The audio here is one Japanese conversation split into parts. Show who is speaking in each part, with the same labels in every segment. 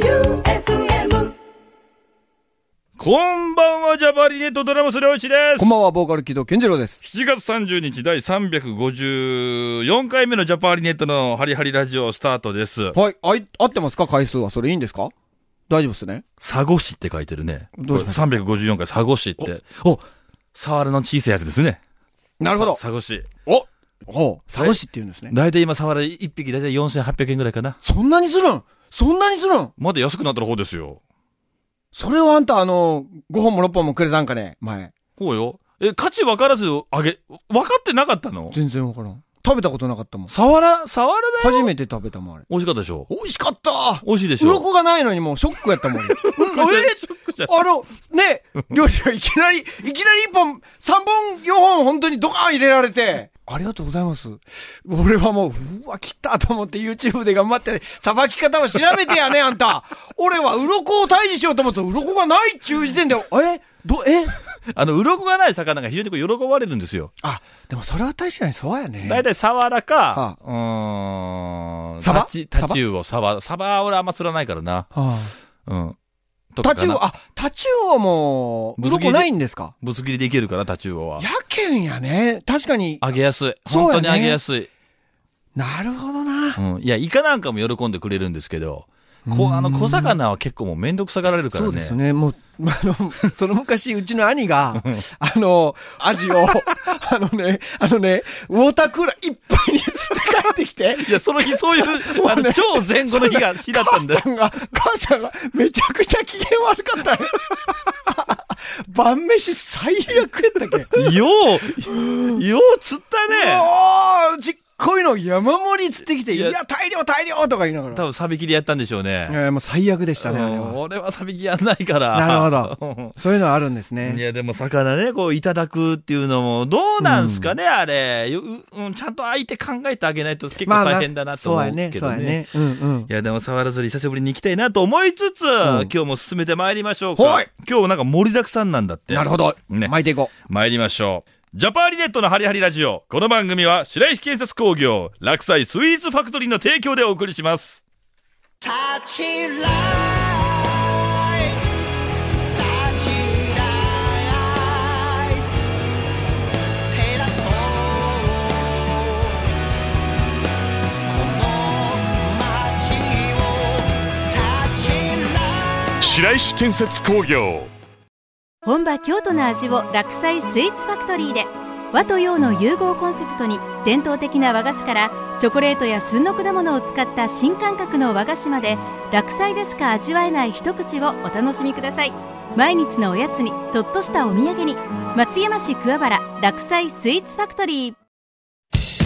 Speaker 1: J-O-E-U-F-M
Speaker 2: こんばんは、ジャパリネットドラムスレオイチです。
Speaker 3: こんばんは、ボーカル木戸健次郎です。
Speaker 2: 7月30日第354回目のジャパリネットのハリハリラジオスタートです。
Speaker 3: はい、あい、合ってますか回数は。それいいんですか大丈夫ですね。
Speaker 2: サゴシって書いてるね。
Speaker 3: どうしま
Speaker 2: これ354回サゴシって。おサワラの小さいやつですね。
Speaker 3: なるほど。
Speaker 2: サゴシ。
Speaker 3: おお佐賀市って言うんですね。
Speaker 2: だいたい今サワラ1匹だいたい4800円ぐらいかな。
Speaker 3: そんなにするんそんなにするん
Speaker 2: まだ安くなった方ですよ。
Speaker 3: それをあんた、あの、5本も6本もくれたんかね前。
Speaker 2: こうよ。え、価値分からずあげ、分かってなかったの
Speaker 3: 全然わからん。食べたことなかったもん。
Speaker 2: サワラ、サワラだよ。
Speaker 3: 初めて食べたもん、あれ。
Speaker 2: 美味しかったでしょ
Speaker 3: 美味しかった
Speaker 2: 美味しいでしょ
Speaker 3: 鱗がないのにもうショックや ったもん。うん、え
Speaker 2: ショックじゃん
Speaker 3: あの、ね、料理がいきなり、いきなり1本、3本、4本本当にドカーン入れられて、ありがとうございます。俺はもう、うわ、来たと思って YouTube で頑張って、さばき方を調べてや ね、あんた。俺は鱗を退治しようと思ったら、鱗がないっちゅう時点で、えど、え
Speaker 2: あの、鱗がない魚が非常にこう喜ばれるんですよ。
Speaker 3: あ、でもそれは確かにそうやね。
Speaker 2: 大体サワラか
Speaker 3: は、
Speaker 2: うーん。
Speaker 3: サバ
Speaker 2: タチ、タチウオ、サバ。サバは俺あんま釣らないからな。
Speaker 3: はあ
Speaker 2: うん。とか
Speaker 3: タ
Speaker 2: か
Speaker 3: チウ
Speaker 2: な
Speaker 3: オ、あ、タチウオも、
Speaker 2: ぶつ切り
Speaker 3: 鱗ないんですか
Speaker 2: ぶつ切りでいけるから、タチウオは
Speaker 3: や。けんやね。確かに。
Speaker 2: あげやすい。
Speaker 3: そ
Speaker 2: 本当
Speaker 3: うやね
Speaker 2: にあげやすい。
Speaker 3: なるほどな。
Speaker 2: うん。いや、イカなんかも喜んでくれるんですけど、こう、あの、小魚は結構もうめんどくさがられるからね。
Speaker 3: そうですね。もう、あの、 その昔、うちの兄が、あの、アジを、 あのね、あのね、ウォータークーラーいっぱいに釣って帰ってきて、
Speaker 2: いや、その日、 そういう、あの、超前後の日が、日だったんだよ
Speaker 3: 母 ち。ゃんが、母ちゃんがめちゃくちゃ機嫌悪かったね。 晩飯最悪やったっけ
Speaker 2: よう、よう釣ったね。
Speaker 3: おーちっこいの山盛り釣ってきて、いや、大量大量とか言いなが
Speaker 2: 多分、サビキでやったんでしょうね。
Speaker 3: ら。いや、もう最悪でしたね、あれ
Speaker 2: うん
Speaker 3: は。
Speaker 2: 俺はサビキやんないから。
Speaker 3: なるほど。そういうのあるんです
Speaker 2: うんい
Speaker 3: ね。
Speaker 2: や、でも魚ね、こう、いただくっていうのも、どうなんすかね、あれ。よううん、ちゃんと相手考えてあげないと結構大変だなと思うけ
Speaker 3: そう
Speaker 2: ど
Speaker 3: やね、そうや
Speaker 2: ね
Speaker 3: ね。。うんうん
Speaker 2: い。や、でも、サワラ釣り久しぶりに行きたいなと思いつつ、今日も進めてまいりましょう
Speaker 3: は
Speaker 2: か
Speaker 3: い。
Speaker 2: 今日なんか盛りだくさんなんだって。
Speaker 3: なるほど。
Speaker 2: ね
Speaker 3: 巻いていこう。
Speaker 2: 参りましょう。ジャパーリネットのハリハリラジオ。この番組は白石建設工業、落栽スイーツファクトリーの提供でお送りします。
Speaker 4: 白石建設工業
Speaker 5: 本場京都の味を落菜スイーツファクトリーで和と洋の融合コンセプトに伝統的な和菓子からチョコレートや旬の果物を使った新感覚の和菓子まで落菜でしか味わえない一口をお楽しみください毎日のおやつにちょっとしたお土産に松山市桑原落菜スイーツファクトリー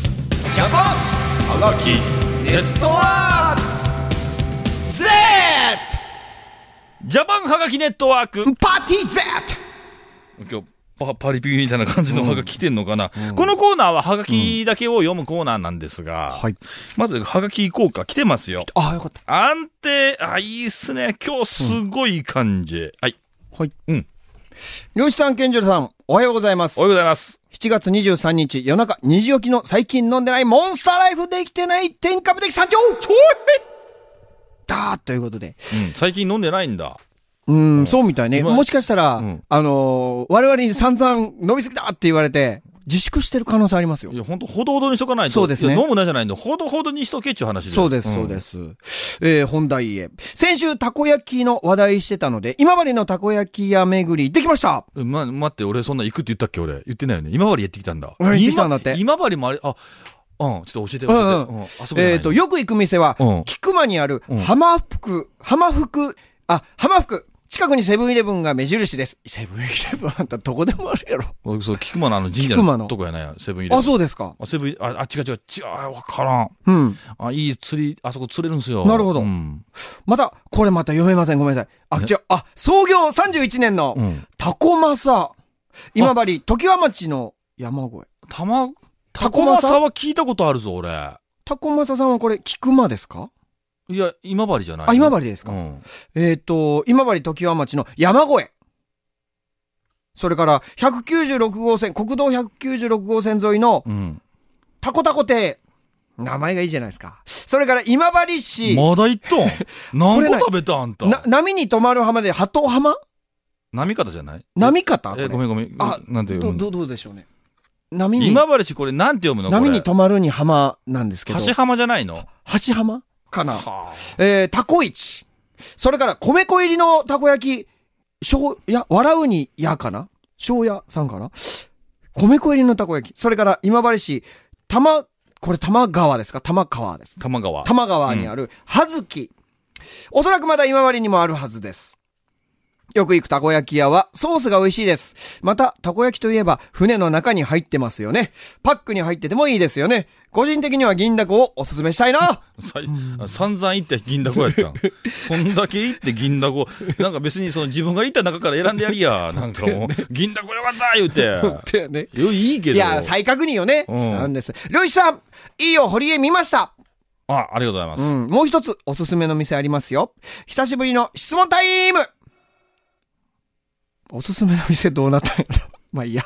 Speaker 2: はがき、ネットワーク
Speaker 3: Z!
Speaker 2: ジャパンはがきネットワーク
Speaker 3: パーティー Z!
Speaker 2: 今日パパリピみたいな感じのはがき来てんのかな、このコーナーははがきだけを読むコーナーなんですが、
Speaker 3: はい。
Speaker 2: まずはがき行こうか。来てますよ。
Speaker 3: あ、よかった。
Speaker 2: 安定、あ、いいっすね。今日すごい感じ。はい。
Speaker 3: はい。
Speaker 2: うん。
Speaker 3: 漁師さん、健次郎さん、おはようございます
Speaker 2: おは。ようございます。
Speaker 3: 7月23日、夜中2時起きの最近飲んでないモンスターライフできてない天下無敵山頂ちょいだーということで。
Speaker 2: うん、最近飲んでないんだ。
Speaker 3: うん、そうみたいね。
Speaker 2: うまい
Speaker 3: もしかしたら、
Speaker 2: ん
Speaker 3: あのー我々に散々飲みすぎだって言われて、自粛してる可能性ありますよ
Speaker 2: い。や、ほんと、ほどほどにしとかないと。
Speaker 3: そうですね
Speaker 2: いや飲むなじゃないんだ。ほどほどにしとけっちゅう話
Speaker 3: そうです、そうです。えー本題へ。先週、たこ焼きの話題してたので、今治のたこ焼き屋巡り行ってきました
Speaker 2: す。ま、待って、俺そんな行くって言ったっけ俺。言ってないよね。今治やってきたんだ。
Speaker 3: うん行ってきたんだって
Speaker 2: 今今治もあれ、あ、うん、ちょっと教えて、教えて。う
Speaker 3: うんん、
Speaker 2: あそこじゃない
Speaker 3: え
Speaker 2: の
Speaker 3: っ、と、よく行く店は、
Speaker 2: うん
Speaker 3: 菊間にある
Speaker 2: ん
Speaker 3: 浜福、浜福、あ、浜福、近くにセブンイレブンが目印です。セブンイレブンあんたどこでもあるやろ。
Speaker 2: 俺そう、菊間のあの神社
Speaker 3: 菊間
Speaker 2: の
Speaker 3: の
Speaker 2: とこやないや、セブンイレブン。
Speaker 3: あ、そうですか。
Speaker 2: あ、セブン、あ、あ違う違う、違う、あわからん。
Speaker 3: うん。
Speaker 2: あ、いい釣り、あそこ釣れるんすよ。
Speaker 3: なるほど
Speaker 2: うん。
Speaker 3: また、これまた読めません。ごめんなさい。あ、
Speaker 2: ね
Speaker 3: 違う。あ、創業31年の
Speaker 2: う、ん。
Speaker 3: タコマサ。今治、常盤町の山越え。
Speaker 2: たま、タ
Speaker 3: タ
Speaker 2: コ
Speaker 3: コ
Speaker 2: マ
Speaker 3: マサ
Speaker 2: サは聞いたことあるぞ、俺。
Speaker 3: タコマサさんはこれ、菊間ですか
Speaker 2: いや、今治じゃない。
Speaker 3: あ、今治ですか、
Speaker 2: うん。
Speaker 3: えっ、と、今治常盤町の山越え。それから、196号線、国道196号線沿いの
Speaker 2: うん。
Speaker 3: タコタコ亭。名前がいいじゃないですか。それから今治市、
Speaker 2: まだ行っとん
Speaker 3: これ
Speaker 2: 何
Speaker 3: な
Speaker 2: 個食べたあんた
Speaker 3: な波に止まる浜で、鳩浜
Speaker 2: 波方じゃない
Speaker 3: 波方
Speaker 2: え、ごめんごめん。
Speaker 3: あ
Speaker 2: なんて
Speaker 3: ど
Speaker 2: 読む
Speaker 3: ど
Speaker 2: の
Speaker 3: どうでしょうね。波に、
Speaker 2: 今治市これなんて読むのこ
Speaker 3: 波
Speaker 2: れ。
Speaker 3: に止まるに浜なんですけど、
Speaker 2: 橋浜じゃないの
Speaker 3: 橋浜かな。えー、タコ市。それから、米粉入りのたこ焼き、しょう、や、笑うにやかなしょうやさんかな米粉入りのたこ焼き。それから、今治市、玉、これ玉川ですか玉川です。
Speaker 2: 玉川。
Speaker 3: 玉川にある、はずき。おそらくまだ今治にもあるはずです。よく行くたこ焼き屋はソースが美味しいです。また、たこ焼きといえば船の中に入ってますよね。パックに入っててもいいですよね。個人的には銀だこをおすすめしたいな。
Speaker 2: さい散々行った銀だこやった ん。そんだけ行って銀だこ。なんか別にその自分が行った中から選んでやりや。なんか もう、銀だこよかった言うて。
Speaker 3: だよね。
Speaker 2: いやいいけ
Speaker 3: い
Speaker 2: ど。
Speaker 3: や、再確認よね。
Speaker 2: うん
Speaker 3: なんです。漁師さん、いいよ、堀江見ました。
Speaker 2: あ、ありがとうございます。
Speaker 3: うん、もう一つおすすめの店ありますよ。久しぶりの質問タイムおすすめの店どうなったんやろ まあいいや。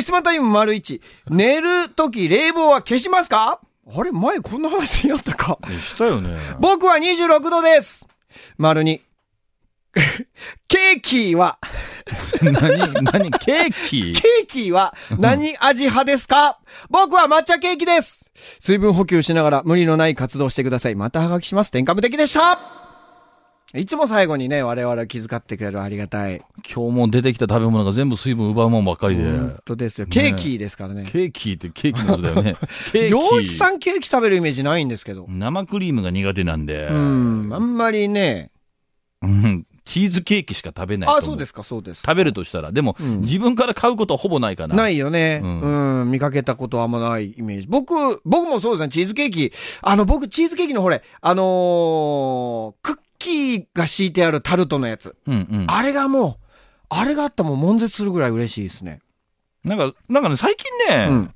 Speaker 3: 質問タイム丸一。寝るとき冷房は消しますかあれ前こんな話やったか。
Speaker 2: ねしたよね。
Speaker 3: 僕は26度です丸二。 ケーキは、
Speaker 2: 何、何、ケーキ
Speaker 3: ケーキは何味派ですか僕は抹茶ケーキです水分補給しながら無理のない活動をしてください。またハガキします。天下無敵でしたいつも最後にね、我々を気遣ってくれるありがたい。
Speaker 2: 今日も出てきた食べ物が全部水分奪うもんばっかりで。
Speaker 3: 本当ですよ。ケーキですからね。
Speaker 2: ケーキってケーキのことだよね。ケーキ。
Speaker 3: 漁師さんケーキ食べるイメージないんですけど。
Speaker 2: 生クリームが苦手なんで、
Speaker 3: うん、あんまりね。
Speaker 2: うんチーズケーキしか食べないと思
Speaker 3: あ、そうですか、そうですか。
Speaker 2: 食べるとしたら、でも、
Speaker 3: ん
Speaker 2: 自分から買うことはほぼないかな。
Speaker 3: ないよね、う
Speaker 2: うん
Speaker 3: ん。見かけたことはあんまないイメージ。僕、僕もそうですね、チーズケーキ。あの、僕、チーズケーキのほれ、あのークッキーが敷いてあるタルトのやつ。
Speaker 2: うんうん。
Speaker 3: あれがもう、あれがあったらもう悶絶するぐらい嬉しいですね。
Speaker 2: なんか、なんかね、最近ね、
Speaker 3: うん。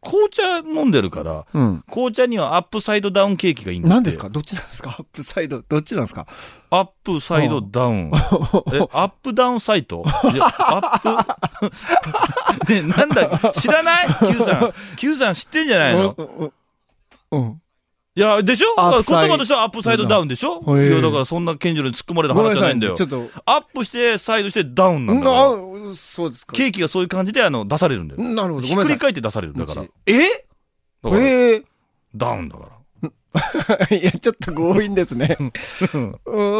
Speaker 2: 紅茶飲んでるから、
Speaker 3: うん。
Speaker 2: 紅茶にはアップサイドダウンケーキがいいんだって。
Speaker 3: 何ですかどっちなんですかアップサイド、どっちなんですか
Speaker 2: アップサイドダウン。え、アップダウンサイトいや、アップ。ね、 なんだ、知らない ?Q さん。Q さん知ってんじゃないの
Speaker 3: うん。
Speaker 2: いや、でしょ
Speaker 3: アッ
Speaker 2: 言
Speaker 3: プサイ
Speaker 2: 葉としてはアップサイドダウンでしょ
Speaker 3: へえ
Speaker 2: いや、だからそんな健常に突っ込まれる話じゃないんだよ
Speaker 3: ご。めんなさいちょっ
Speaker 2: アップして、サイドして、ダウン
Speaker 3: と。
Speaker 2: なんだから。
Speaker 3: うんあそうですか。
Speaker 2: ケーキがそういう感じで、あの、出されるんだよ。
Speaker 3: なるほど。
Speaker 2: ひ
Speaker 3: ご
Speaker 2: っく
Speaker 3: めんなさ
Speaker 2: り
Speaker 3: い。
Speaker 2: 返って出されるんだから。
Speaker 3: え
Speaker 2: だから
Speaker 3: ええ
Speaker 2: ダウンだか
Speaker 3: いや、ちょっと強引ですね。う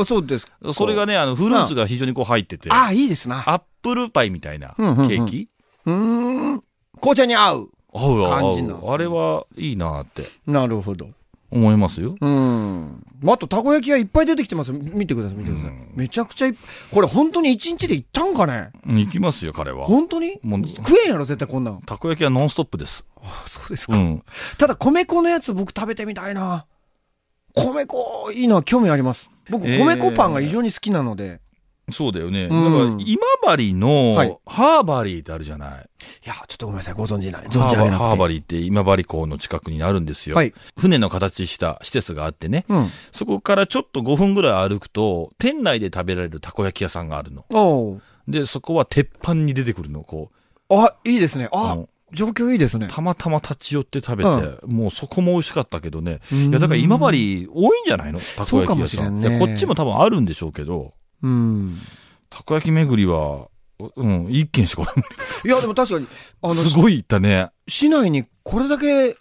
Speaker 3: ん、そうですか。
Speaker 2: ら。それがね、あの、フルーツが非常にこう入ってて、ア
Speaker 3: ああ、いいですな。
Speaker 2: ップルパイみたいなケ
Speaker 3: うんうんうん
Speaker 2: ーキ
Speaker 3: うーん。紅茶に合う。
Speaker 2: 合う
Speaker 3: 感
Speaker 2: 合
Speaker 3: じなんです
Speaker 2: う
Speaker 3: ね
Speaker 2: 合う。あれはいいなって
Speaker 3: なるほど。
Speaker 2: 思いますよ。
Speaker 3: うん。あと、たこ焼き屋いっぱい出てきてます。見てください、見てください。めちゃくちゃいっこれ本当に一日で行ったんかね
Speaker 2: うん行きますよ、彼は。
Speaker 3: 本当に
Speaker 2: もう
Speaker 3: 食えんやろ、絶対こんなん。
Speaker 2: たこ焼きはノンストップです。
Speaker 3: そうです
Speaker 2: うん。
Speaker 3: ただ、米粉のやつ僕食べてみたいな。米粉、いいな、興味あります。僕、
Speaker 2: えー
Speaker 3: 米粉パンが異常に好きなので。
Speaker 2: そうだよね。だから
Speaker 3: うん、
Speaker 2: 今治
Speaker 3: はい
Speaker 2: の、ハーバリーってあるじゃない。
Speaker 3: いや、ちょっとごめんなさい、ご存知ない。存
Speaker 2: ハ
Speaker 3: じ
Speaker 2: ーバ
Speaker 3: 上げ
Speaker 2: リー
Speaker 3: なくて。
Speaker 2: ハーバリーって今治港の近くにあるんですよ。
Speaker 3: はい。
Speaker 2: 船の形した施設があってね、
Speaker 3: うん。
Speaker 2: そこからちょっと5分ぐらい歩くと、店内で食べられるたこ焼き屋さんがあるの。
Speaker 3: おう
Speaker 2: で、そこは鉄板に出てくるの、こ
Speaker 3: あ、いいですね。あ
Speaker 2: うん、
Speaker 3: 状況いいですね
Speaker 2: う、。たまたま立ち寄って食べて、
Speaker 3: う
Speaker 2: もうそこも美味しかったけどね。
Speaker 3: うん
Speaker 2: いや、だから今治多いんじゃないのたこ
Speaker 3: そう
Speaker 2: 焼
Speaker 3: か
Speaker 2: き
Speaker 3: も
Speaker 2: 屋
Speaker 3: し
Speaker 2: さ
Speaker 3: れ
Speaker 2: ん。
Speaker 3: んね
Speaker 2: いやこっちも多分あるんでしょうけど、
Speaker 3: うん。
Speaker 2: たこ焼き巡りは、ううん、一軒しか俺
Speaker 3: いや、でも確かに、あ
Speaker 2: も
Speaker 3: の、
Speaker 2: すごい行ったね。
Speaker 3: 市内にこれだけ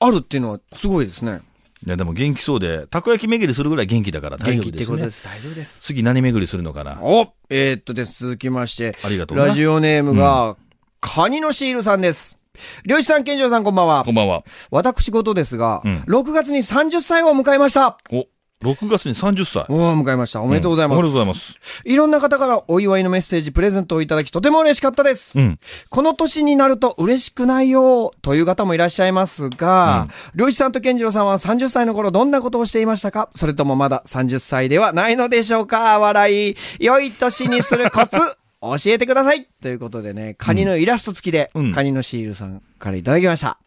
Speaker 3: あるっていうのはすごいですね。
Speaker 2: いや、でも元気そうで、たこ焼き巡りするぐらい元気だから大丈夫です、ね。
Speaker 3: す。大丈夫です。
Speaker 2: 次何巡りするのかな
Speaker 3: おえーっとです。続きまして、
Speaker 2: ありがとうな
Speaker 3: ラジオネームが、カニのシールさんです。漁師さん、健常さん、こんばんは
Speaker 2: こ。んばんは。
Speaker 3: 私事ですが、
Speaker 2: うん
Speaker 3: 6月に30歳を迎えました。
Speaker 2: お、6月に30歳。
Speaker 3: おー迎えました。お
Speaker 2: お
Speaker 3: めでとうございます。
Speaker 2: おめでとうございます。
Speaker 3: いろんな方からお祝いのメッセージ、プレゼントをいただき、とても嬉しかったです。
Speaker 2: うん。
Speaker 3: この年になると嬉しくないよという方もいらっしゃいますが、漁師さんと健次郎さんは30歳の頃どんなことをしていましたかそれともまだ30歳ではないのでしょうか笑い。良い年にする コツ教えてくださいということでね、カニのイラスト付きで、
Speaker 2: うん
Speaker 3: カニのシールさんからいただきました。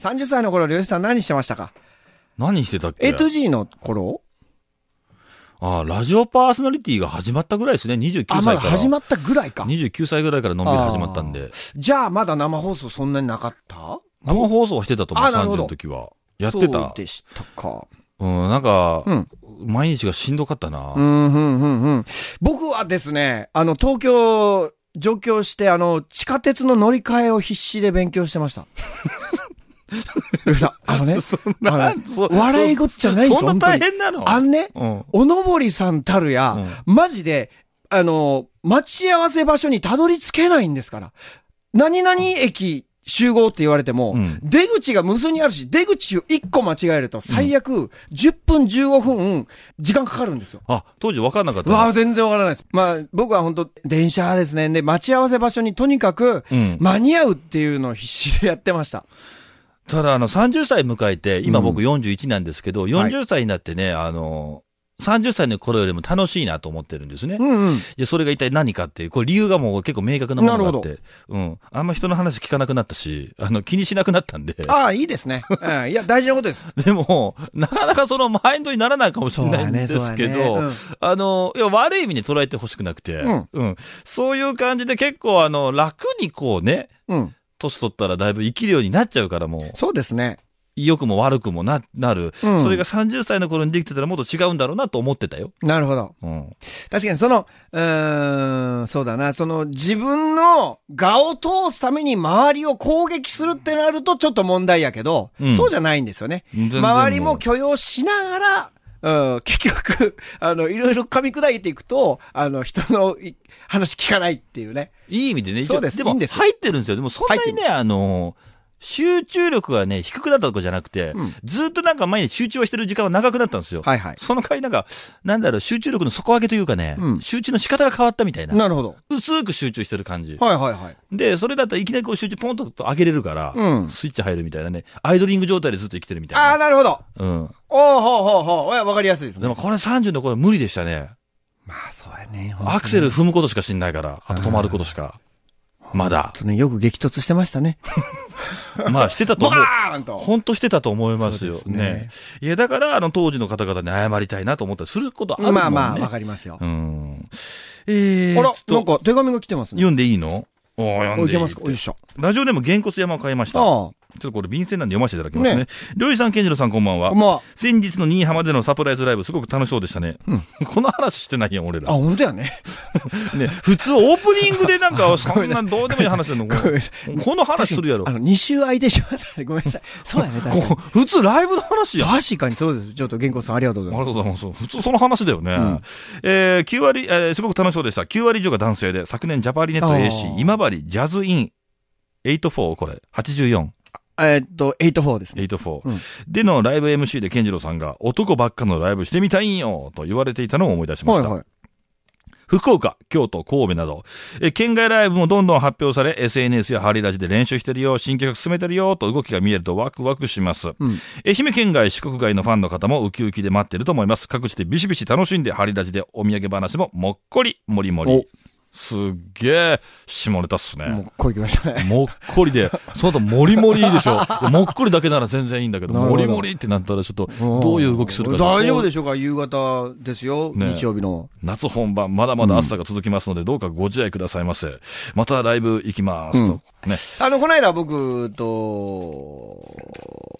Speaker 3: 30歳の頃、漁師さん何してましたか
Speaker 2: 何してたっけ
Speaker 3: ?A to G の頃
Speaker 2: ああ、ラジオパーソナリティが始まったぐらいですね。29歳から。
Speaker 3: あ、まだ始まったぐらいか。
Speaker 2: 29歳ぐらいからのんびり始まったんで。
Speaker 3: じゃあまだ生放送そんなになかった
Speaker 2: 生放送はしてたと思
Speaker 3: あ
Speaker 2: う、
Speaker 3: なる
Speaker 2: 30
Speaker 3: ほど
Speaker 2: の時は。やって
Speaker 3: そう
Speaker 2: た。
Speaker 3: でしたか。
Speaker 2: うん、なんか、
Speaker 3: うん
Speaker 2: 毎日がしんどかったな。
Speaker 3: うん、うん、うん、うん。僕はですね、あの、東京、上京して、あの、地下鉄の乗り換えを必死で勉強してま した。よしさんあのね、あの
Speaker 2: そ
Speaker 3: 笑い事じゃないんで
Speaker 2: そ
Speaker 3: す
Speaker 2: そ
Speaker 3: よ
Speaker 2: んな大変なの
Speaker 3: あんね、
Speaker 2: うん。
Speaker 3: おのぼりさんたるや、マジで、あの、待ち合わせ場所にたどり着けないんですから。何々駅集合って言われても、
Speaker 2: うん
Speaker 3: 出口が無数にあるし、出口を1個間違えると最悪10分15分時間かかるんですよ。
Speaker 2: あ、当時分かんなかった
Speaker 3: うわあ
Speaker 2: な。
Speaker 3: 全然わからないです。まあ、僕は本当電車ですね。で、待ち合わせ場所にとにかく
Speaker 2: うん、
Speaker 3: 間に合うっていうのを必死でやってました。
Speaker 2: ただ、あの、30歳迎えて、今僕41なんですけど、
Speaker 3: はい
Speaker 2: 40歳になってね、あの、30歳の頃よりも楽しいなと思ってるんですね。
Speaker 3: うんうん。
Speaker 2: で、それが一体何かっていう、これ理由がもう結構明確なものがあっ
Speaker 3: な
Speaker 2: て、うん。あんま人の話聞かなくなったし、あの、気にしなくなったんで、
Speaker 3: ああ、いいですね。うんいや、大事なことです。
Speaker 2: でも、なかなかそのマインドにならないかもしれないんですけ
Speaker 3: そう
Speaker 2: ど
Speaker 3: だね、
Speaker 2: あの、いや、悪い意味に捉えてほしくなくて、
Speaker 3: うん
Speaker 2: うん。そういう感じで結構、あの、楽にこうね、
Speaker 3: うん。
Speaker 2: 年取ったらだいぶ生きるようになっちゃうから、もう。
Speaker 3: そうですね。
Speaker 2: 良くも悪くもな、なる。
Speaker 3: うん
Speaker 2: それが30歳の頃にできてたらもっと違うんだろうなと思ってたよ。
Speaker 3: なるほど。
Speaker 2: うん。
Speaker 3: 確かにその、うーん、そうだな、その自分の我を通すために周りを攻撃するってなるとちょっと問題やけど、
Speaker 2: うん
Speaker 3: そうじゃないんですよね。
Speaker 2: 全然もう
Speaker 3: 周りも許容しながら、うん、結局、 あの、いろいろ噛み砕いていくと、あの、人のい話聞かないっていうね。
Speaker 2: いい意味でね。一応
Speaker 3: そうですいい
Speaker 2: も
Speaker 3: んです
Speaker 2: 入ってるんですよ。でもそんな
Speaker 3: 入
Speaker 2: に
Speaker 3: っ
Speaker 2: ね、あの、集中力がね、低くなったとかじゃなくて、
Speaker 3: うん
Speaker 2: ずっとなんか前に集中はしてる時間は長くなったんですよ。
Speaker 3: はいはい。
Speaker 2: その代わりなんか、なんだろう、集中力の底上げというかね、
Speaker 3: うん
Speaker 2: 集中の仕方が変わったみたいな。
Speaker 3: なるほど。
Speaker 2: 薄く集中してる感じ。
Speaker 3: はいはいはい。
Speaker 2: で、それだったらいきなりこう集中ポンと上げれるから、
Speaker 3: うん
Speaker 2: スイッチ入るみたいなね、アイドリング状態でずっと生きてるみた
Speaker 3: ああ、
Speaker 2: いな。
Speaker 3: なるほど。
Speaker 2: うん。
Speaker 3: おおほうほうほう。おやわかりやすいです
Speaker 2: で
Speaker 3: ね。
Speaker 2: もこれ30の頃無理でしたね。
Speaker 3: まあ、そうやね。
Speaker 2: アクセル踏むことしか知んないから、あと止まることしか。まだ。
Speaker 3: ね、よく激突してましたね。
Speaker 2: まあ、してたと
Speaker 3: バ
Speaker 2: 思う。
Speaker 3: ーンと。
Speaker 2: 本当してたと思いますよ。
Speaker 3: そうです
Speaker 2: ね
Speaker 3: ね
Speaker 2: いや、だから、あの、当時の方々に謝りたいなと思ったりすることあるもんね。
Speaker 3: まあまあ、わかりますよ。
Speaker 2: うん。えー、
Speaker 3: あら、
Speaker 2: ちょ
Speaker 3: な
Speaker 2: っ
Speaker 3: ん
Speaker 2: と
Speaker 3: か手紙が来てますね。
Speaker 2: 読んでいいのおー読ん
Speaker 3: おい
Speaker 2: でい
Speaker 3: け
Speaker 2: い
Speaker 3: ますかよいしょ。
Speaker 2: ラジオでもげんこつ山を買いました。ちょっ
Speaker 3: あ
Speaker 2: とこれ便箋なんで読ませていただきますね
Speaker 3: ね。
Speaker 2: りょうじさん、健次郎さん、こんばん
Speaker 3: あ、
Speaker 2: は
Speaker 3: こん。ばんは。
Speaker 2: 先日の新居浜でのサプライズライブ、すごく楽しそうでしたね。この話してないやん、俺
Speaker 3: あ、
Speaker 2: ら。
Speaker 3: 本当やね。
Speaker 2: ね、普通オープニングでなん か、そんなどうでもいい話してんの。こ
Speaker 3: ごめんなさい
Speaker 2: の話するやろ
Speaker 3: あ。の、2週空いてしまった ねごめんなさい。そうやね、確かに。
Speaker 2: こう普通ライブの話やん。あ
Speaker 3: 確かにそうです。ちょっと、玄子さんありがとうござ
Speaker 2: りが
Speaker 3: います。
Speaker 2: とうございます。普通その話だよね。
Speaker 3: ん
Speaker 2: えー、9割、えーすごく楽しそうでした。9割以上が男性で、昨年ジャパリネット
Speaker 3: あー
Speaker 2: AC、今治ジャズイン、84これ、84、
Speaker 3: えーっと、84ですね。
Speaker 2: 84、
Speaker 3: うん
Speaker 2: でのライブ MC で健次郎さんが、男ばっかのライブしてみたいんよ、と言われていたのを思い出しま
Speaker 3: はい
Speaker 2: した。
Speaker 3: はい。
Speaker 2: 福岡、京都、神戸など、えー県外ライブもどんどん発表され、SNS やハリラジで練習してるよ、新曲進めてるよ、と動きが見えるとワクワクします。
Speaker 3: うん
Speaker 2: 愛媛県外、四国外のファンの方もウキウキで待ってると思います。各地でビシビシ楽しんで、ハリラジでお土産話ももっこり、もりもり
Speaker 3: お。
Speaker 2: すっげえ、下ネタっす
Speaker 3: もう
Speaker 2: ね。、
Speaker 3: これ来ま したね。
Speaker 2: もっこりで、その後、もりもりいいでしょ。もっこりだけなら全然いいんだけど、
Speaker 3: なるほ
Speaker 2: も
Speaker 3: ど
Speaker 2: りもりってなったらちょっと、どういう動きするか。
Speaker 3: 大丈夫でしょうか夕方ですよ。
Speaker 2: ね
Speaker 3: 日曜日の。
Speaker 2: 夏本番、まだまだ暑さが続きますので、どうかご自愛くださいませ。またライブ行きますと。ね。
Speaker 3: あの、この間僕と、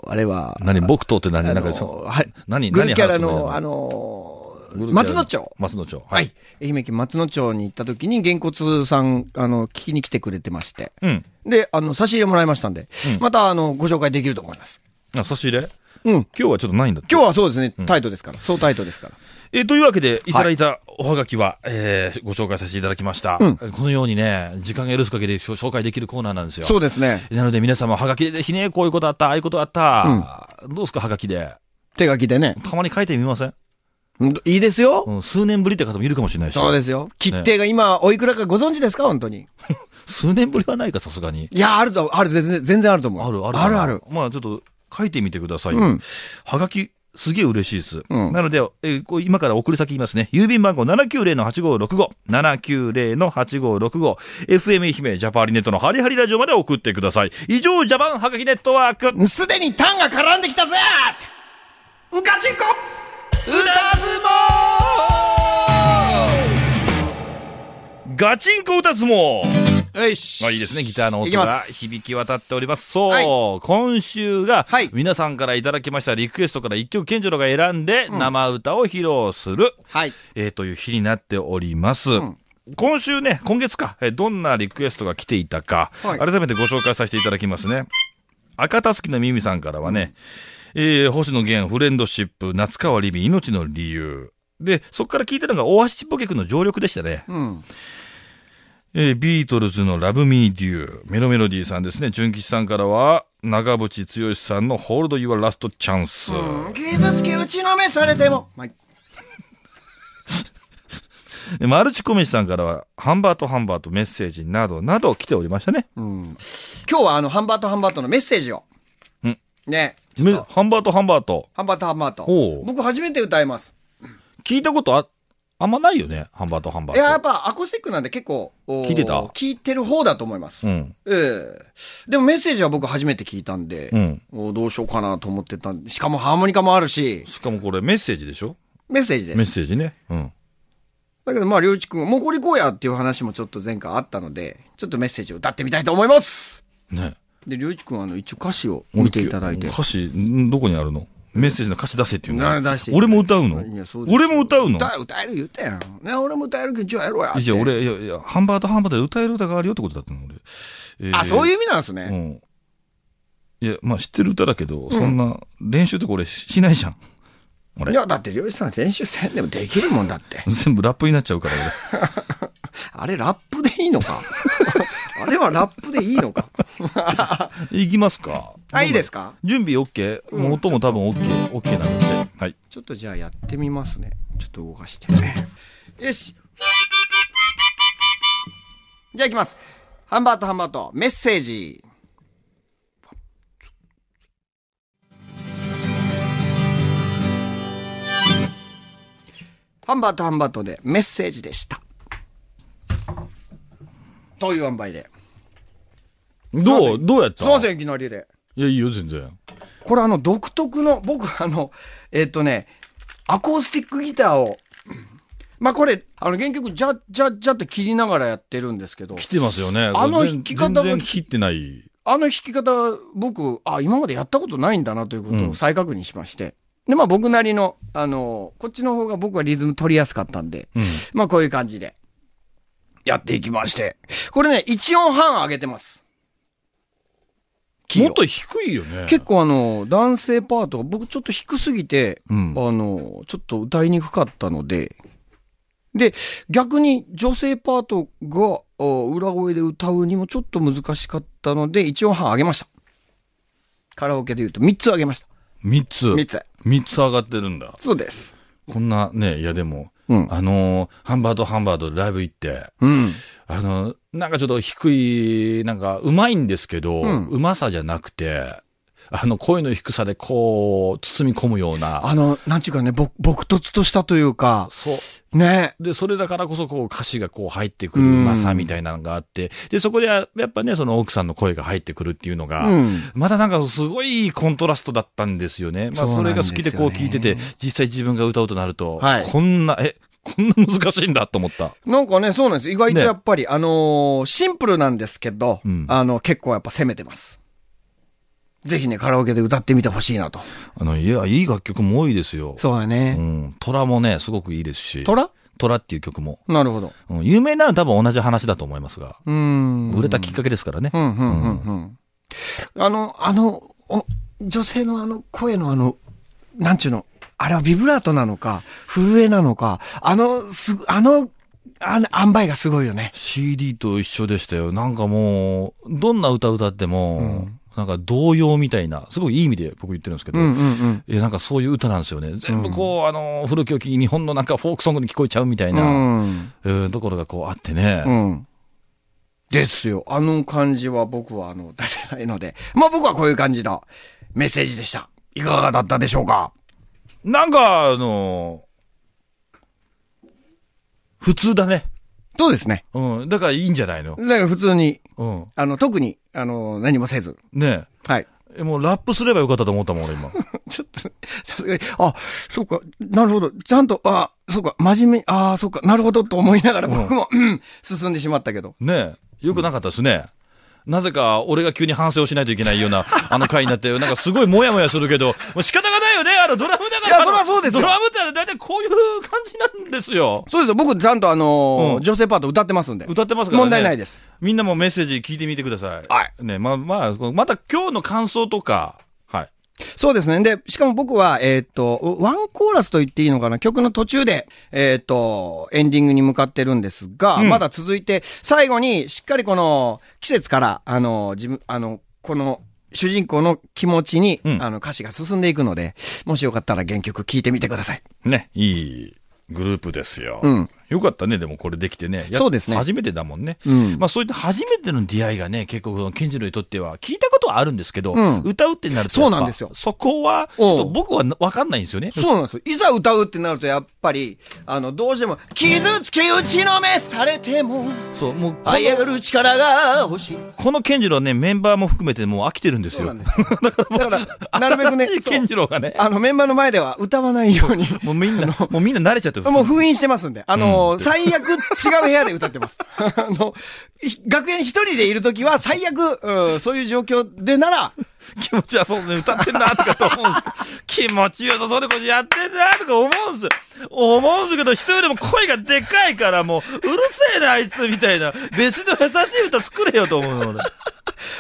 Speaker 3: あれは、
Speaker 2: 何、僕とって何
Speaker 3: あ
Speaker 2: なん
Speaker 3: の
Speaker 2: かそう、
Speaker 3: はい
Speaker 2: 何、
Speaker 3: グ
Speaker 2: 何
Speaker 3: ルキャ
Speaker 2: 話
Speaker 3: ラ
Speaker 2: す
Speaker 3: の、あ
Speaker 2: の
Speaker 3: の
Speaker 2: グルキャラ、
Speaker 3: 松野町。
Speaker 2: 松野町。
Speaker 3: はい。。愛媛県松野町に行った時に、げんこつさん、あの、聞きに来てくれてまして。
Speaker 2: うん。
Speaker 3: で、あの、差し入れもらいましたんで、また、あの、ご紹介できると思います。
Speaker 2: あ、差し入れ
Speaker 3: うん。
Speaker 2: 今日はちょっとないんだって
Speaker 3: 今日はそうですね、タイトですから、そうタイトですから。
Speaker 2: えーというわけで、いただいたおはがきは、えーご紹介させていただきました。このようにね、時間が許す限りしょ紹介できるコーナーなんですよ。
Speaker 3: そうですね。
Speaker 2: なので皆様、はがきでぜひね、こういうことあった、ああいうことあった、どうすか、はがきで。
Speaker 3: 手書きでね。
Speaker 2: たまに書いてみません、
Speaker 3: うんいいですよ。
Speaker 2: うん、数年ぶりって方もいるかもしれないし。
Speaker 3: そうですよ。切手が今、おいくらかご存知ですか本当に。
Speaker 2: 数年ぶりはないか、さすがに。
Speaker 3: いや、あると、ある、全然、全然あると思う。
Speaker 2: あるある
Speaker 3: あるある。
Speaker 2: まあちょっと書いてみてくださいよ。
Speaker 3: うん
Speaker 2: はがき、すげえ嬉しいです。
Speaker 3: うん
Speaker 2: なので、えーこう今から送り先言いますね。郵便番号790-8565。790-8565。FM 愛媛ジャパーリネットのハリハリラジオまで送ってください。以上、ジャパンはがきネットワーク。
Speaker 3: すでにタンが絡んできたぜうかちんこ歌相撲
Speaker 2: ガチンコ歌相撲
Speaker 3: うよいし。
Speaker 2: あいいですね、ギターの
Speaker 3: いき
Speaker 2: 音
Speaker 3: ま
Speaker 2: が
Speaker 3: す
Speaker 2: 響き渡っております。そう、
Speaker 3: はい
Speaker 2: 今週が
Speaker 3: はい、
Speaker 2: 皆さんからいただきましたリクエストから一曲、健次郎が選んで、生歌を披露する、
Speaker 3: はい。
Speaker 2: えーという日になっております。
Speaker 3: ん
Speaker 2: 今週ね、今月か、えーどんなリクエストが来ていたか、
Speaker 3: はい
Speaker 2: 改めてご紹介させていただきますね。赤たすきのミミさんからはね、えー星野源、フレンドシップ、夏川りみ、命の理由。で、そこから聞いたのが大橋ちっぽけくの常緑でしたね。
Speaker 3: うん。
Speaker 2: えービートルズのラブミーデュー、メロメロディーさんですね。純吉さんからは、長渕剛さんのホールド Your Last Chance。
Speaker 3: 傷つき打ちのめされても。はい。
Speaker 2: えマルチコメシさんからは、ハンバートハンバートメッセージなどなど来ておりましたね。
Speaker 3: 今日はあの、ハンバートハンバートのメッセージを。
Speaker 2: うん。
Speaker 3: ね。
Speaker 2: めハンバートハンバート。
Speaker 3: ハンバートハンバート
Speaker 2: おう。
Speaker 3: 僕初めて歌います。
Speaker 2: 聞いたことあ、あんまないよね。ハンバートハンバ
Speaker 3: いや、や
Speaker 2: ー
Speaker 3: っぱアコースティックなんで結構、おー
Speaker 2: 聞いてた
Speaker 3: 聞いてる方だと思います。
Speaker 2: ト。うん。
Speaker 3: ええでもメッセージは僕初めて聞いたんで、
Speaker 2: うん
Speaker 3: おーどうしようかなと思ってたんで、しかもハーモニカもあるし、
Speaker 2: しかもこれメッセージでしょ
Speaker 3: メッセージで
Speaker 2: メッ
Speaker 3: す。
Speaker 2: セージね。うん。
Speaker 3: だけどまあ、りょうちくんはもうこれ行こうやっていう話もちょっと前回あったので、ちょっとメッセージを歌ってみたいと思います
Speaker 2: ね。
Speaker 3: で、りょうちくんはあの、一応歌詞を見ていただいて。
Speaker 2: 歌詞、んどこにあるのメッセージの歌詞出せっていう
Speaker 3: な
Speaker 2: の
Speaker 3: 出して
Speaker 2: 俺も歌うの
Speaker 3: いやそうです
Speaker 2: 俺も歌うの
Speaker 3: 歌歌える言ったやん。ね、俺も歌えるけど、じゃあやろうやって。
Speaker 2: じゃあ俺、いやいや、ハンバートハンバートで歌える歌があるよってことだったの、俺。えー
Speaker 3: あ、そういう意味なんですね。
Speaker 2: うん。いや、まあ知ってる歌だけど、そんな練習とか俺ししないじゃん。 俺
Speaker 3: いや、だって、漁師さん練習せんでもできるもんだって。
Speaker 2: 全部ラップになっちゃうから俺。
Speaker 3: あれ、ラップでいいのか あれはラップでい いのか
Speaker 2: いきますか。
Speaker 3: あ、いいですか
Speaker 2: 準備 OK? もう音も多分 OK、OK なので。はい。
Speaker 3: ちょっとじゃあやってみますね。ちょっと動かしてね。よし。じゃあ行きます。ハンバートハンバート、メッセージ。ハンバートハンバートでメッセージでした。という塩梅で。
Speaker 2: どうどうやった
Speaker 3: すいませ
Speaker 2: ん。
Speaker 3: ん、いきなりで。
Speaker 2: いや、いいよ、全然。
Speaker 3: これあの独特の、僕あの、えっ、とね、アコースティックギターを、まあこれ、あの原曲、ジャッジャッジャッって切りながらやってるんですけど、
Speaker 2: 来てますよね。
Speaker 3: あの
Speaker 2: 全
Speaker 3: 弾き方も
Speaker 2: 全然切ってない。
Speaker 3: あの弾き方、僕、あ、今までやったことないんだなということを再確認しまして、で、まあ僕なりの、あの、こっちの方が僕はリズム取りやすかったんで、
Speaker 2: うん。
Speaker 3: まあこういう感じで、やっていきまして、これね、1音半上げてます。キーを
Speaker 2: もっと低いよね。
Speaker 3: 結構あの、男性パートが僕ちょっと低すぎて、
Speaker 2: うん
Speaker 3: あの、ちょっと歌いにくかったので、で、逆に女性パートがあ裏声で歌うにもちょっと難しかったので、1音半上げました。カラオケで言うと3つ上げました。
Speaker 2: 3つ。
Speaker 3: 3つ。
Speaker 2: 3つ上がってるんだ。
Speaker 3: そうです。
Speaker 2: こんなね、いやでも、
Speaker 3: うん
Speaker 2: あのーハンバートハンバートライブ行って、
Speaker 3: うん。
Speaker 2: あのーなんかちょっと低い、なんか、うまいんですけど、うま、さじゃなくて、あの、声の低さでこう、包み込むような、
Speaker 3: あの、なんちゅうかね、ぼ、朴突としたというか、
Speaker 2: そう。
Speaker 3: ね。
Speaker 2: で、それだからこそ、こう、歌詞がこう入ってくるう
Speaker 3: うん
Speaker 2: まさみたいなのがあって、で、そこでや、やっぱね、その奥さんの声が入ってくるっていうのが、
Speaker 3: うん
Speaker 2: またなんかすごいいいコントラストだったんですよね。まあ、
Speaker 3: そう
Speaker 2: それ
Speaker 3: なん
Speaker 2: が
Speaker 3: です
Speaker 2: 好
Speaker 3: よね
Speaker 2: きでこう聞いてて、実際自分が歌うとなると、
Speaker 3: はい
Speaker 2: こんな、え、こんな難しいんだと思った。
Speaker 3: なんかね、そうなんです。意外とやっぱり、あのーシンプルなんですけど、
Speaker 2: うん
Speaker 3: あの、結構やっぱ攻めてます。ぜひね、カラオケで歌ってみてほしいなと。
Speaker 2: あの、いや、いい楽曲も多いですよ。
Speaker 3: そうだね。
Speaker 2: うん。虎もね、すごくいいですし。
Speaker 3: 虎
Speaker 2: 虎っていう曲も。
Speaker 3: なるほど。
Speaker 2: うん、有名なのは多分同じ話だと思いますが。
Speaker 3: うーん。
Speaker 2: 売れたきっかけですからね。
Speaker 3: うん、うん、うん、うん。あの、あの、お女性のあの声のあの、なんちゅうの、あれはビブラートなのか、震えなのか、あの、す、あの、あの、塩梅がすごいよね。
Speaker 2: CD と一緒でしたよ。なんかもう、どんな歌歌っても、なんか童謡みたいな、すごいいい意味で僕言ってるんですけど、
Speaker 3: うん、うん、うん。
Speaker 2: えなんかそういう歌なんですよね。全部こう、あの、古き良き日本のなんかフォークソングに聞こえちゃうみたいな、
Speaker 3: うん。
Speaker 2: えーところがこうあってね。
Speaker 3: うん。ですよ。あの感じは僕はあの出せないので。 まあ僕はこういう感じのメッセージでした。いかがだったでしょうか
Speaker 2: なんか、あの普通だね。
Speaker 3: そうですね。
Speaker 2: うん。だからいいんじゃないの
Speaker 3: だから普通に、
Speaker 2: うん。
Speaker 3: あの、特に、あの、何もせず。
Speaker 2: ね
Speaker 3: はい。
Speaker 2: え。えもうラップすればよかったと思ったもん、俺今。
Speaker 3: ちょっと、 さすがに、あ、そうか、なるほど。ちゃんと、あ、そうか、真面目、あそうか、なるほどと思いながら僕も、うん、進んでしまったけど。
Speaker 2: ねよくなかったですね。なぜか、俺が急に反省をしないといけないよ うな、あの回になって、なんかすごいもやもやするけど、もう仕方がないよね、あのドラムだから。
Speaker 3: いやそりゃそうですよ
Speaker 2: ドラムって大体こういう感じなんですよ。
Speaker 3: そうですよ。僕、ちゃんとあのー
Speaker 2: うん
Speaker 3: 女性パート歌ってますんで。
Speaker 2: 歌ってますからね。
Speaker 3: 問題ないです。。
Speaker 2: みんなもメッセージ聞いてみてください。
Speaker 3: はい
Speaker 2: ね、まあまあ、また今日の感想とか、はい。
Speaker 3: そうですね。で、しかも僕は、えーっと、ワンコーラスと言っていいのかな曲の途中で、えーっと、エンディングに向かってるんですが、まだ続いて、最後にしっかりこの季節から、あの、自分、あの、この、主人公の気持ちに、
Speaker 2: うん
Speaker 3: あの、歌詞が進んでいくので、もしよかったら原曲聴いてみてください。
Speaker 2: ね、いいグループですよ。
Speaker 3: うん
Speaker 2: よかったね、でもこれできてね。や
Speaker 3: そうですね
Speaker 2: 初めてだもんね。
Speaker 3: うん
Speaker 2: まあそういった初めての出会いがね、結構その、ケンジロにとっては、聞いたことはあるんですけど、
Speaker 3: うん
Speaker 2: 歌うってなるとやっぱ
Speaker 3: そうなんですよ
Speaker 2: そこは、ちょっと僕はわかんないんですよね。
Speaker 3: そうなんですよ。いざ歌うってなると、やっぱり、あの、どうしても、傷つき打ちのめされても、
Speaker 2: そう、もうこ
Speaker 3: 這い上
Speaker 2: の、
Speaker 3: がる力が欲しい。
Speaker 2: このケンジロはね、メンバーも含めてもう飽きてるんです
Speaker 3: そうな
Speaker 2: よ
Speaker 3: ん。ですよ。 だから、なるべくね、
Speaker 2: 新しいケンジロがね
Speaker 3: そう、あの、メンバーの前では歌わないよ うに。
Speaker 2: もうみんな、もうみんな慣れちゃってる
Speaker 3: もう封印してますんで。あの、最悪違う部屋で歌ってます。 あの、ひ学園一人でいるときは最悪、うんそういう状況でなら、
Speaker 2: 気持ちよさそうで歌ってんなとかと思うんですけど気持ちよさそうでこれやってんなとか思うんですよ。思うんですけど、人よりも声がでかいから、もう、うるせえな、あいつみたいな、別の優しい歌作れよと思うの、俺。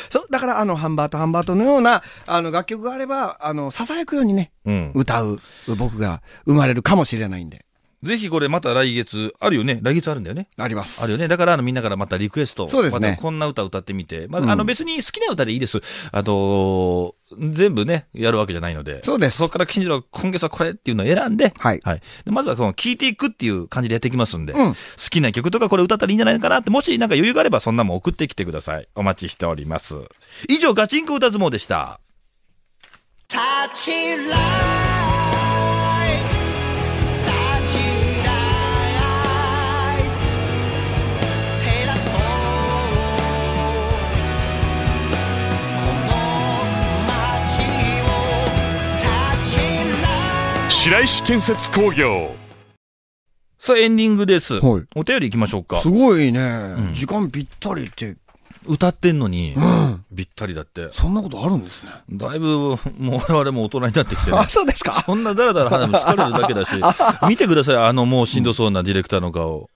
Speaker 3: そう、だからあの、ハンバートハンバートのような、あの、楽曲があれば、あの、囁くようにね、
Speaker 2: うん
Speaker 3: 歌う、僕が生まれるかもしれないんで。
Speaker 2: ぜひこれまた来月、あるよね。来月あるんだよね。
Speaker 3: あります。
Speaker 2: あるよね。だから、あの、みんなからまたリクエストを。
Speaker 3: そうですね
Speaker 2: またこんな歌歌ってみて。まあ、あの、別に好きな歌でいいです。あと、全部ね、やるわけじゃないので。
Speaker 3: そうです
Speaker 2: そこから、金次郎、今月はこれっていうのを選んで。
Speaker 3: はい
Speaker 2: はい。でまずは、その、聴いていくっていう感じでやっていきますんで。
Speaker 3: うん
Speaker 2: 好きな曲とかこれ歌ったらいいんじゃないかなって、もしなんか余裕があれば、そんなもん送ってきてください。お待ちしております。以上、ガチンコ歌相撲でした。
Speaker 4: 白石建設工業
Speaker 2: さあ、エンディングです。
Speaker 3: はい
Speaker 2: お便り行きましょうか
Speaker 3: す。ごいね、
Speaker 2: ん
Speaker 3: 時間ぴったりって、
Speaker 2: 歌ってんのに
Speaker 3: う、ん。
Speaker 2: ぴったりだって。
Speaker 3: そんなことあるんですね。
Speaker 2: だいぶ、もう我々も大人になって きてね。
Speaker 3: あ、そうですか
Speaker 2: そんなだらだら話も疲れるだけだ し、見てください、あのもうしんどそうなディレクターの顔。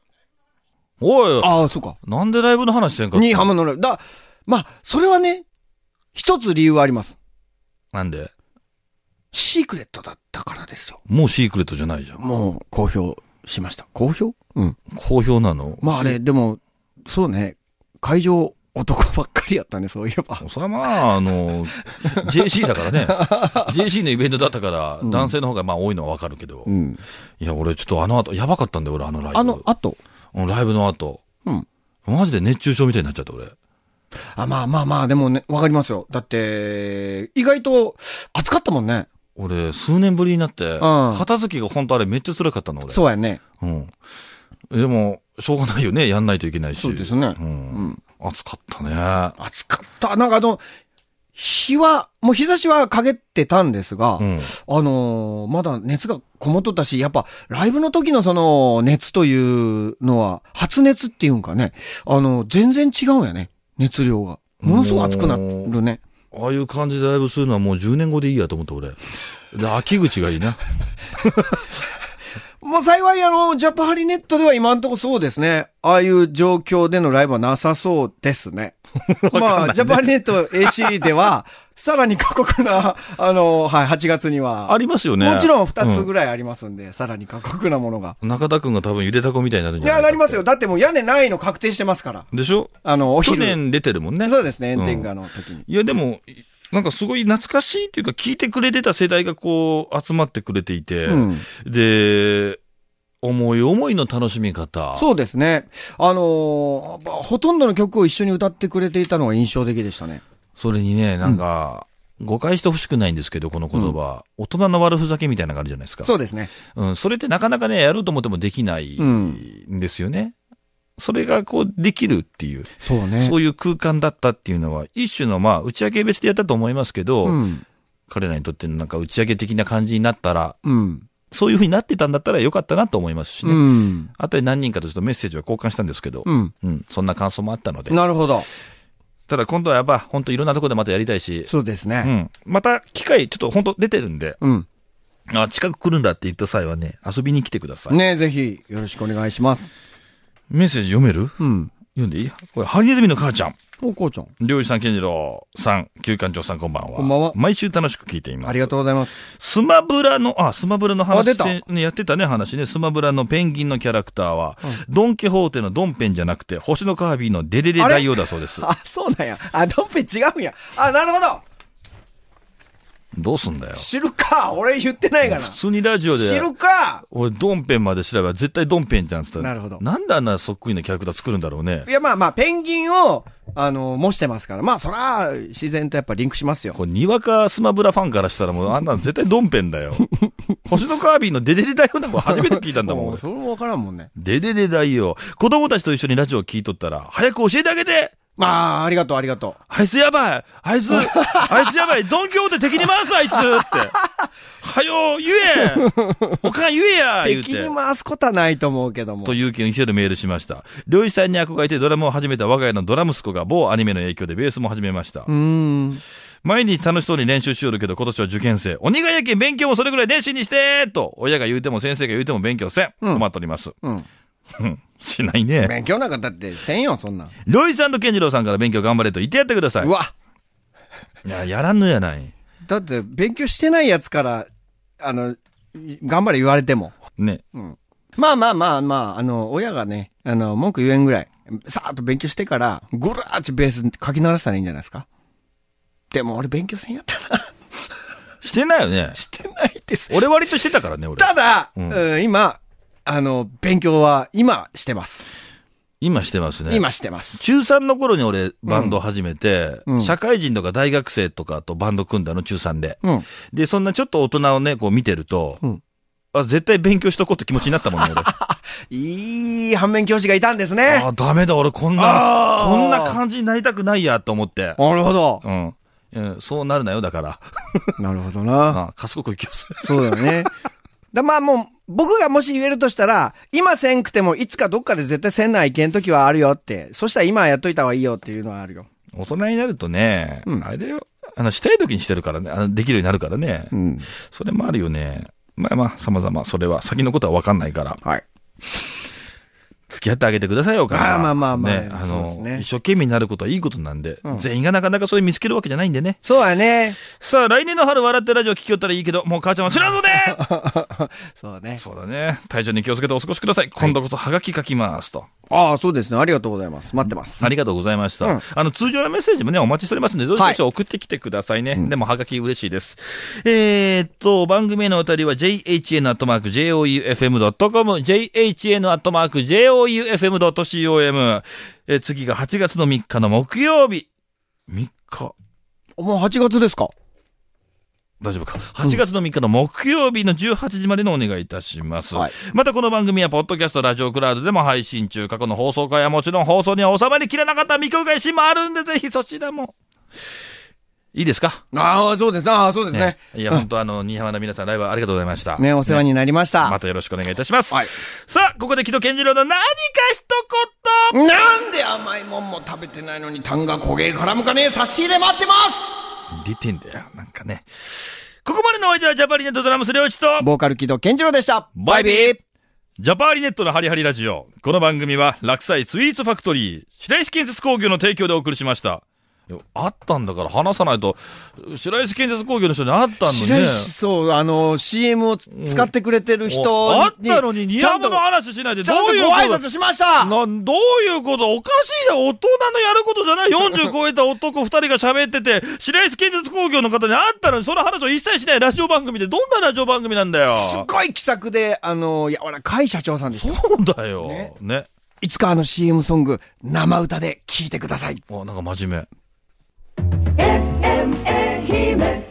Speaker 2: おい、
Speaker 3: ああ、そうか。
Speaker 2: なんでライブの話してんか
Speaker 3: にハムのライブ。だ、まあ、それはね、一つ理由はあります。
Speaker 2: なんで
Speaker 3: シークレットだったからですよ。
Speaker 2: もうシークレットじゃないじゃん。
Speaker 3: もう、公表しました。公表うん。
Speaker 2: 好評なの
Speaker 3: まあ、あれ、でも、そうね、会場、男ばっかりやったね、そういえば。
Speaker 2: それはまあ、あの、JC だから ね。JC のイベントだったから、
Speaker 3: ん
Speaker 2: 男性の方がまあ多いのはわかるけど
Speaker 3: う。ん。
Speaker 2: いや、俺ちょっとあの後、やばかったんだよ、俺、あのライブ。
Speaker 3: あの、あと、
Speaker 2: うんライブの後。
Speaker 3: うん。
Speaker 2: マジで熱中症みたいになっちゃった、俺。
Speaker 3: あ、まあまあまあ、でもね、わかりますよ。だって、意外と、暑かったもんね。
Speaker 2: 俺、数年ぶりになって、
Speaker 3: ん
Speaker 2: 片付きが本当あれめっちゃ辛かったの、俺。
Speaker 3: そうやね。
Speaker 2: うん。でも、しょうがないよね。やんないといけないし。
Speaker 3: そうですね
Speaker 2: う。
Speaker 3: うんん。
Speaker 2: 暑かったね。
Speaker 3: 暑かった。なんかあの、日は、もう日差しは陰ってたんですが、
Speaker 2: うん。
Speaker 3: あのーまだ熱がこもっとったし、やっぱライブの時のその熱というのは、発熱っていうんかね、あの全然違うんやね、熱量が。ものすごい熱くなるね。
Speaker 2: ああいう感じでライブするのはもう10年後でいいやと思った、俺。で、秋口がいいな。
Speaker 3: もう幸いあの、ジャパハリネットでは今んとこそうですね。ああいう状況でのライブはなさそうです ね。まあ、ジャパハリネット AC で は、さらに過酷な、あの、はい、8月には。
Speaker 2: ありますよね。
Speaker 3: もちろん2つ
Speaker 2: らい
Speaker 3: ぐらいありますんで、さらに過酷なものが。。
Speaker 2: 中田くんが多分ゆでたこみたいになるん
Speaker 3: い
Speaker 2: じゃないか
Speaker 3: や、な
Speaker 2: って
Speaker 3: りますよ。。だってもう屋根ないの確定してますから。
Speaker 2: でしょ
Speaker 3: あの、お
Speaker 2: 去
Speaker 3: 昼。
Speaker 2: 年出てるもんね。
Speaker 3: そうですね、
Speaker 2: うん
Speaker 3: 炎天下の時に。
Speaker 2: いや、でも、なんかすごい懐かしいっていうか、聞いてくれてた世代がこう、集まってくれていて、
Speaker 3: うん
Speaker 2: で、思い思いの楽しみ方。
Speaker 3: そうですね。あのーまあほとんどの曲を一緒に歌ってくれていたのが印象的でしたね。
Speaker 2: それにね、なんか、誤解してほしくないんですけど、この言葉、大人の悪ふざけみたいなのがあるじゃないですか。
Speaker 3: そうですね。
Speaker 2: うん、それってなかなかね、やろうと思ってもできない
Speaker 3: うん
Speaker 2: んですよね。それがこう、できるっていう、
Speaker 3: そうね。
Speaker 2: そういう空間だったっていうのは、一種のまあ、打ち上げ別でやったと思いますけど、
Speaker 3: うん。
Speaker 2: 彼らにとってのなんか打ち上げ的な感じになったら、
Speaker 3: うん。
Speaker 2: そういうふうになってたんだったらよかったなと思いますしね。
Speaker 3: うん。
Speaker 2: あとで何人かとちょっとメッセージを交換したんですけど、
Speaker 3: うん。
Speaker 2: うん、そんな感想もあったので。
Speaker 3: なるほど。
Speaker 2: ただ今度はやっぱ、本当いろんなところでまたやりたいし、
Speaker 3: そうです
Speaker 2: う
Speaker 3: ね。
Speaker 2: ん。また機会ちょっと本当出てるんで、
Speaker 3: うん。
Speaker 2: あ、近く来るんだって言った際はね、遊びに来てください。
Speaker 3: ねえぜひ、よろしくお願いします。
Speaker 2: メッセージ読める
Speaker 3: うん。
Speaker 2: 読んでいいこれ、ハリネズミの母ちゃん。
Speaker 3: お、こうちゃん。
Speaker 2: 漁師さん、健次郎さん、旧館長さん、こんばんは。
Speaker 3: こんばんは
Speaker 2: 毎週楽しく聞いています。
Speaker 3: ありがとうございます。
Speaker 2: スマブラの、あ、スマブラの
Speaker 3: あ
Speaker 2: 話
Speaker 3: 出た
Speaker 2: ね、やってたね、話ね。スマブラのペンギンのキャラクターは、ドン・キホーテのドンペンじゃなくて、星のカービィのデデデ大王だそう です。
Speaker 3: あ、そうなんや。あ、ドンペ違うんや。あ、なるほど。
Speaker 2: どうすんだよ。
Speaker 3: 知るか。俺言ってないがな
Speaker 2: 普。通にラジオで、
Speaker 3: 知るか。
Speaker 2: 俺、ドンペンまで調べば絶対ドンペンじゃんっつったら
Speaker 3: なるほど
Speaker 2: なんであんなそっくりなキャラクター作るんだろうね
Speaker 3: い。や、まあまあ、ペンギンを、あの、模してますから。まあ、そら、自然とやっぱリンクしますよ。
Speaker 2: これ、にわかスマブラファンからしたら もう、あんなの絶対ドンペンだよ。星のカービィのデデデ大王なんか初めて聞いたんだもん、
Speaker 3: う
Speaker 2: 俺。
Speaker 3: それもわからんもんね。
Speaker 2: デデデ大王。子供たちと一緒にラジオ聞いとったら、早く教えてあげて
Speaker 3: まあ、ありがとう、ありがと
Speaker 2: あいつやばいあい つ、あいつやばいドンキホーテ敵に回すあいつって。はよ、言えおかん言え
Speaker 3: う。
Speaker 2: や言う
Speaker 3: 敵に
Speaker 2: て。
Speaker 3: 回すことはないと思うけども
Speaker 2: と。いう件にせるメールしました。漁師さんに憧れてドラムを始めた我が家のドラ息子が某アニメの影響でベースも始めました
Speaker 3: う。ーん。
Speaker 2: 毎日楽しそうに練習しよるけど今年は受験生。お願いやけん勉強もそれぐらい熱心にしてと親が言うても先生が言うても勉強せん。
Speaker 3: うん
Speaker 2: 困っております。
Speaker 3: うん。
Speaker 2: しないね。
Speaker 3: 勉強なんかだってせんよ、そんなん。。
Speaker 2: 漁師さんと健次郎さんから勉強頑張れと言ってやってくださいう
Speaker 3: わ。
Speaker 2: いや、やらんのやない。
Speaker 3: だって、勉強してないやつから、あの、頑張れ言われても。
Speaker 2: ね。
Speaker 3: まあまあまあまあ、あの、親がね、あの、文句言えんぐらい、さーっと勉強してから、ぐらーっちベース書き鳴らしたらいいんじゃないですか。でも俺勉強せんやったな。
Speaker 2: してないよね。
Speaker 3: してないです。
Speaker 2: 俺割としてたからね、俺。
Speaker 3: ただ、
Speaker 2: うん
Speaker 3: うん今、あの、勉強は今してます。
Speaker 2: 今してますね。
Speaker 3: 今してます。
Speaker 2: 中3の頃に俺、バンド始めて、
Speaker 3: うん
Speaker 2: 社会人とか大学生とかとバンド組んだの、中3で。
Speaker 3: うん。
Speaker 2: で、そんなちょっと大人をね、こう見てると、
Speaker 3: うん
Speaker 2: あ絶対勉強しとこうって気持ちになったもんね、俺。あ
Speaker 3: いい反面教師がいたんですね。
Speaker 2: あ、ダメだ、俺こんな、
Speaker 3: あー
Speaker 2: こんな感じになりたくないや、と思って。
Speaker 3: なるほど。
Speaker 2: うん。うんそうなるなよ、だ から。
Speaker 3: なるほ どな。
Speaker 2: あ賢く生きようする。
Speaker 3: そうだよね。だまあもう、僕がもし言えるとしたら、今せんくても、いつかどっかで絶対せんないけんときはあるよって。そしたら今やっといた方がいいよっていうのはあるよ。
Speaker 2: 大人になるとね、
Speaker 3: うん
Speaker 2: あれだよ。あの、したい時にしてるからね、あのできるようになるからね。
Speaker 3: ん。
Speaker 2: それもあるよね。まあまあ、様々、それは、先のことは分かんないから。
Speaker 3: はい。
Speaker 2: 付き合ってあげてくださいよ、お母さん。
Speaker 3: まあまあまあ
Speaker 2: ね、
Speaker 3: まあ
Speaker 2: あ
Speaker 3: そうで
Speaker 2: の
Speaker 3: す、ね
Speaker 2: 一生懸命になることはいいことなんで、
Speaker 3: ん
Speaker 2: 全員がなかなかそれ見つけるわけじゃないんでね。
Speaker 3: そう やね。
Speaker 2: さあ、来年の春笑ってラジオ聞きよったらいいけど、もう母ちゃんは知ら んので
Speaker 3: そうね。
Speaker 2: そうだね。体調に気をつけてお過ごしください。今度こそハガキ書きますと。
Speaker 3: ああ、そうですね。ありがとうございます。待ってます。
Speaker 2: ありがとうございました。
Speaker 3: うん
Speaker 2: あの、通常のメッセージもね、お待ちしておりますので、どうしどし送ってきてくださいね。でも、はがき嬉しいです。えーっと、番組へのお便りは、jhn.joufm.com、jhn.joufm.com。えー、次が8月の3日の木曜日。3日
Speaker 3: もう8月ですか
Speaker 2: 大丈夫か。8月の3日の木曜日の18時までのお願いいたします。
Speaker 3: はい
Speaker 2: またこの番組は、ポッドキャスト、ラジオクラウドでも配信中、過去の放送回はもちろん放送には収まりきらなかった未公開シーンもあるんで、ぜひそちらも。いいですか
Speaker 3: ああ、そうです。ああ、そうですね。
Speaker 2: いや、本当あの、新浜の皆さん、ライブありがとうございました。
Speaker 3: ね、お世話になりまし
Speaker 2: ね
Speaker 3: た。
Speaker 2: またよろしくお願いいたします。
Speaker 3: はい
Speaker 2: さあ、ここで木戸健次郎の何か一言
Speaker 3: なんで甘いもんも食べてないのに痰が焦げ絡むかねえ差し入れ待ってます
Speaker 2: 出てんだよ、なんかね。ここまでのお相手はジャパリネットドラムス両師と、
Speaker 3: ボーカル木戸健次郎でした。
Speaker 2: バイビージャパーリネットのハリハリラジオ。この番組は、落栽スイーツファクトリー、白石建設工業の提供でお送りしました。いやあったんだから話さないと、白石建設工業の人に会ったのに
Speaker 3: 白
Speaker 2: ね。
Speaker 3: 石、そう、あの、CM をつ使ってくれてる人
Speaker 2: おあっ
Speaker 3: に
Speaker 2: たのに、ニ
Speaker 3: ちゃ
Speaker 2: ヤ
Speaker 3: んと
Speaker 2: ムの話しないで、
Speaker 3: ち
Speaker 2: ど
Speaker 3: ゃんと
Speaker 2: ういう
Speaker 3: ご挨
Speaker 2: こと
Speaker 3: 拶しました
Speaker 2: などういうことおかしいじゃん大人のやることじゃない !40 超えた男2人が喋ってて、白石建設工業の方に会ったのに、その話を一切しないラジオ番組で、どんなラジオ番組なんだよ
Speaker 3: すっごい気さくで、あの、柔らかい社長さんでした。
Speaker 2: そうだよ。ね
Speaker 3: ね。
Speaker 2: ね
Speaker 3: いつかあの CM ソング、生歌で聴いてください。
Speaker 2: あ、なんか真面目。
Speaker 1: FM 愛媛